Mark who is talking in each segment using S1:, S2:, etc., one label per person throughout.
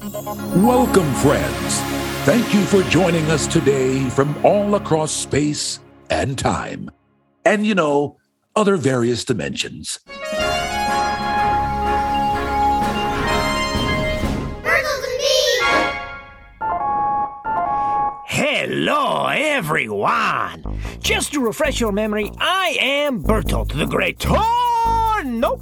S1: Welcome, friends. Thank you for joining us today from all across space and time, and you know, other various dimensions.
S2: Turtles and bees!
S3: Hello, everyone! Just to refresh your memory, I am Bertolt the Great. Oh, nope!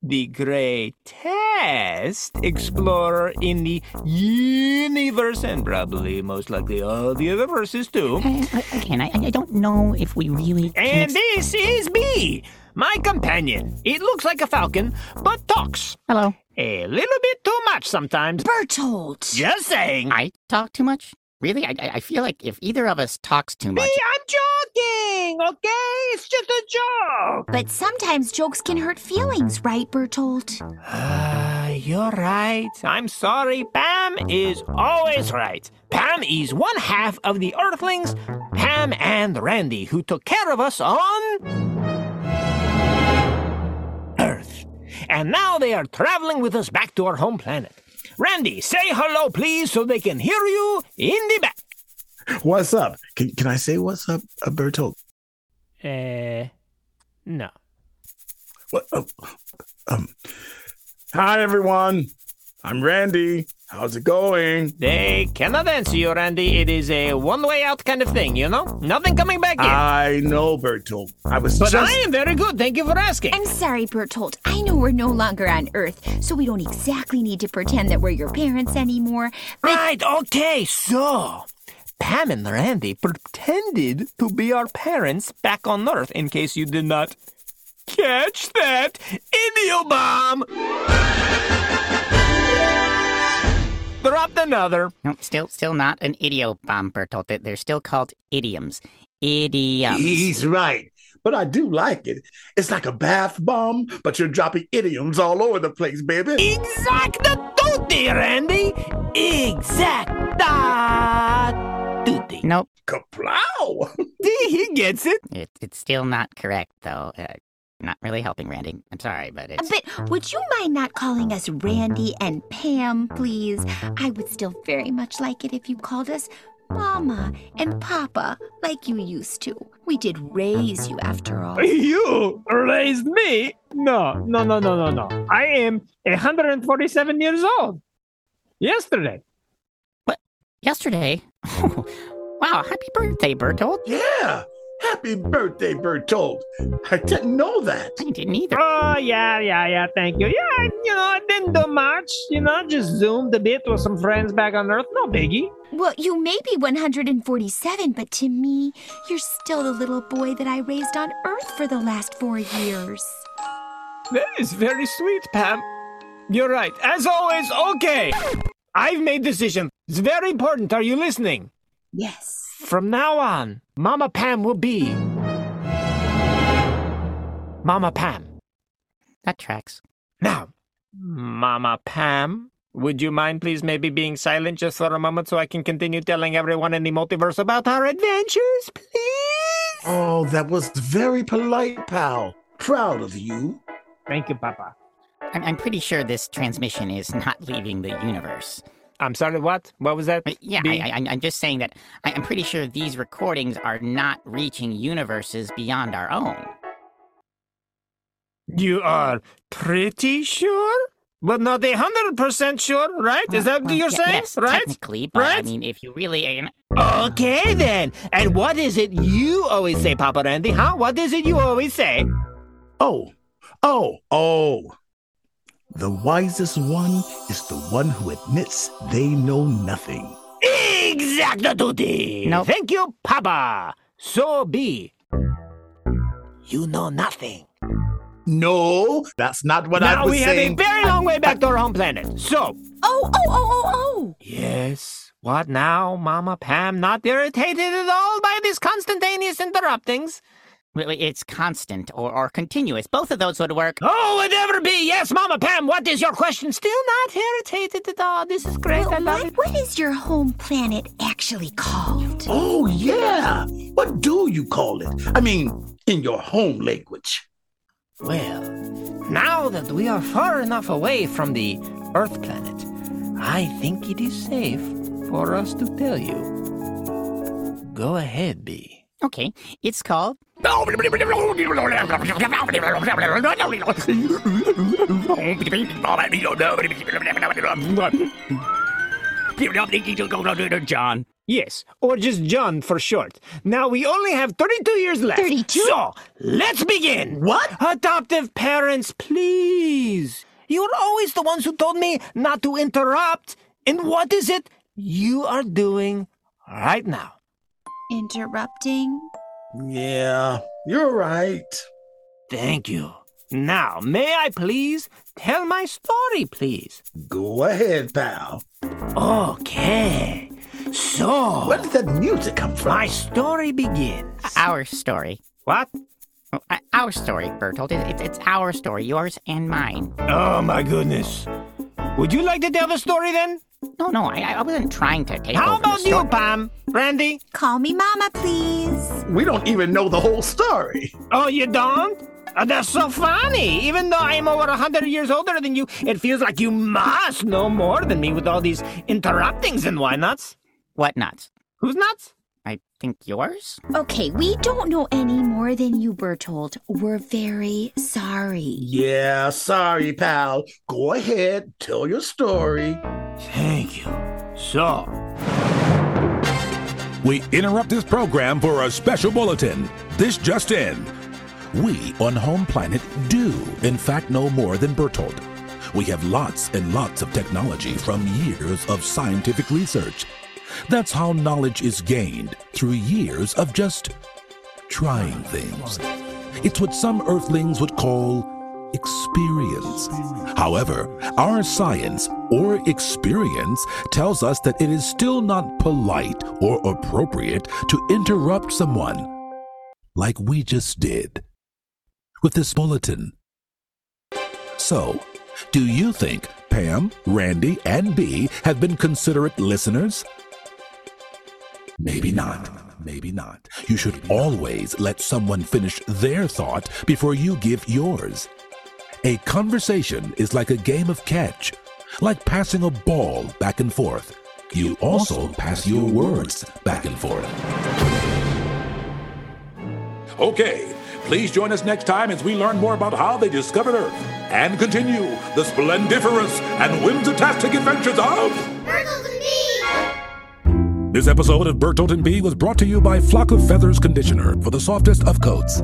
S3: The greatest explorer in the universe, and probably most likely all the other verses too.
S4: Uh, Again, I, I don't know if we really
S3: And
S4: can.
S3: this is me, my companion. It looks like a falcon, but talks
S4: Hello.
S3: a little bit too much sometimes.
S5: Bertolt!
S3: Just saying.
S4: I talk too much? Really? I, I I feel like if either of us talks too much.
S3: Hey, I'm joking, okay? It's just a joke.
S5: But sometimes jokes can hurt feelings, right, Bertolt?
S3: Ah, you're right. I'm sorry. Pam is always right. Pam is one half of the Earthlings, Pam and Randy, who took care of us on Earth. And now they are traveling with us back to our home planet. Randy, say hello, please, so they can hear you in the back.
S6: What's up? Can, can I say what's up, uh, Bertolt?
S3: Uh, no.
S6: What, oh, um, hi, everyone. I'm Randy. How's it going?
S3: They cannot answer you, Randy. It is a one way out kind of thing, you know? Nothing coming back in.
S6: I know, Bertolt. I was
S3: but
S6: just.
S3: I am very good. Thank you for asking.
S5: I'm sorry, Bertolt. I know we're no longer on Earth, so we don't exactly need to pretend that we're your parents anymore. But
S3: Right, okay, so. Pam and Randy pretended to be our parents back on Earth, in case you did not catch that. Indio bomb! Dropped another.
S4: No, still, still not an idiom bomb, Bertolt. They- They're still called idioms. Idioms.
S3: E-
S6: He's right. But I do like it. It's like a bath bomb, but you're dropping idioms all over the place, baby.
S3: Exacta tutti, Randy! Exacta tutti.
S4: Nope.
S6: Kaplow!
S3: See, he gets it.
S4: It, it's still not correct, though. Uh, not really helping, Randy. I'm sorry, but it's.
S5: but would you mind not calling us Randy and Pam, please? I would still very much like it if you called us Mama and Papa, like you used to. We did raise you after all.
S3: You raised me? No, no, no, no, no, no. I am 147 years old. Yesterday.
S4: Yesterday. wow, happy birthday, Bertolt.
S6: Yeah. Happy birthday, Bertolt. I didn't know that.
S4: I didn't either.
S3: Oh, yeah, yeah, yeah. Thank you. Yeah, I, you know, I didn't do much. You know, just zoomed a bit with some friends back on Earth. No biggie.
S5: Well, you may be 147, but to me, you're still the little boy that I raised on Earth for the last four years.
S3: That is very sweet, Pam. You're right. As always, okay. I've made decision. It's very important. Are you listening?
S5: Yes.
S3: From now on, Mama Pam will be Mama Pam.
S4: That tracks.
S3: Now, Mama Pam, would you mind please maybe being silent just for a moment so I can continue telling everyone in the multiverse about our adventures, please?
S6: Oh, that was very polite, pal. Proud of you.
S3: Thank you, Papa.
S4: I'm, I'm pretty sure this transmission is not leaving the universe.
S3: I'm sorry, what? What was that?
S4: But Uh, yeah,
S3: Be-
S4: I, I, I'm just saying that I, I'm pretty sure these recordings are not reaching universes beyond our own.
S3: you are pretty sure? But not a hundred percent sure, right? Is that what
S4: Well,
S3: you're
S4: ye-
S3: saying?
S4: yes,
S3: right?
S4: Technically, but I
S3: Right?
S4: mean, if you really, eh,
S3: Okay then. And what is it you always say, Papa Randy? Huh? What is it you always say?
S6: Oh, oh, oh. The wisest one is the one who admits they know nothing.
S3: Exactly, Tutti.
S4: Nope.
S3: Thank you, Papa. So be. You know nothing.
S6: No, that's not what
S3: now
S6: I was
S3: we
S6: saying.
S3: have a very long way back to our home planet. So.
S5: Oh, oh, oh, oh, oh!
S3: Yes. What now, Mama Pam? Not irritated at all by these constantaneous interruptings?
S4: really, it's constant or, or continuous. Both of those would work.
S3: Oh, would ever be. Yes, Mama Pam. What is your question? Still not irritated at all. This is great. I
S5: Well,
S3: love it.
S5: what, what is your home planet actually called?
S6: Oh, yeah. What do you call it? I mean, in your home language.
S3: Well, now that we are far enough away from the Earth planet, I think it is safe for us to tell you. Go ahead, Bee.
S4: Okay, it's called
S7: John.
S3: Yes, or just John for short. Now we only have 32 years left.
S5: 32?
S3: So, let's begin.
S6: What?
S3: Adoptive parents, please. You're always the ones who told me not to interrupt. And what is it you are doing right now?
S5: Interrupting.
S6: Yeah, you're right.
S3: Thank you. Now, may I please tell my story, please?
S6: Go ahead, pal.
S3: Okay. So,
S6: Where did that music come from?
S3: my story begins.
S4: Our Story.
S3: What?
S4: Oh, uh, our story, Bertolt. It, it's it's our story, yours and mine.
S3: Oh my goodness. Would you like to tell the story then?
S4: No, no, I, I wasn't trying to take
S3: How
S4: over the
S3: about you,
S4: story.
S3: Pam? Randy?
S5: Call me Mama, please.
S6: we don't even know the whole story.
S3: Oh, you don't? Uh, that's so funny. Even though I'm over 100 years older than you, it feels like you must know more than me with all these interruptings and why nots.
S4: What nuts?
S3: Who's nuts?
S4: I think yours?
S5: Okay, we don't know any more than you, Bertold. We're very sorry.
S6: Yeah, sorry, pal. Go ahead, tell your story.
S3: Thank you. So,
S1: We interrupt this program for a special bulletin. This just in. We on Home Planet do, in fact, know more than Bertolt. We have lots and lots of technology from years of scientific research. That's how knowledge is gained through years of just trying things. It's what some earthlings would call experience. However, our science or experience tells us that it is still not polite or appropriate to interrupt someone like we just did with this bulletin. So, do you think Pam, Randy, and Bee have been considerate listeners? Maybe not. Maybe not. You should always let someone finish their thought before you give yours. A conversation is like a game of catch, like passing a ball back and forth. You also pass your words back and forth. Okay, please join us next time as we learn more about how they discovered Earth and continue the splendiferous and whimsitastic adventures of.
S2: Turtles and bees.
S1: This episode of Bertolt and Bee was brought to you by Flock of Feathers Conditioner for the softest of coats.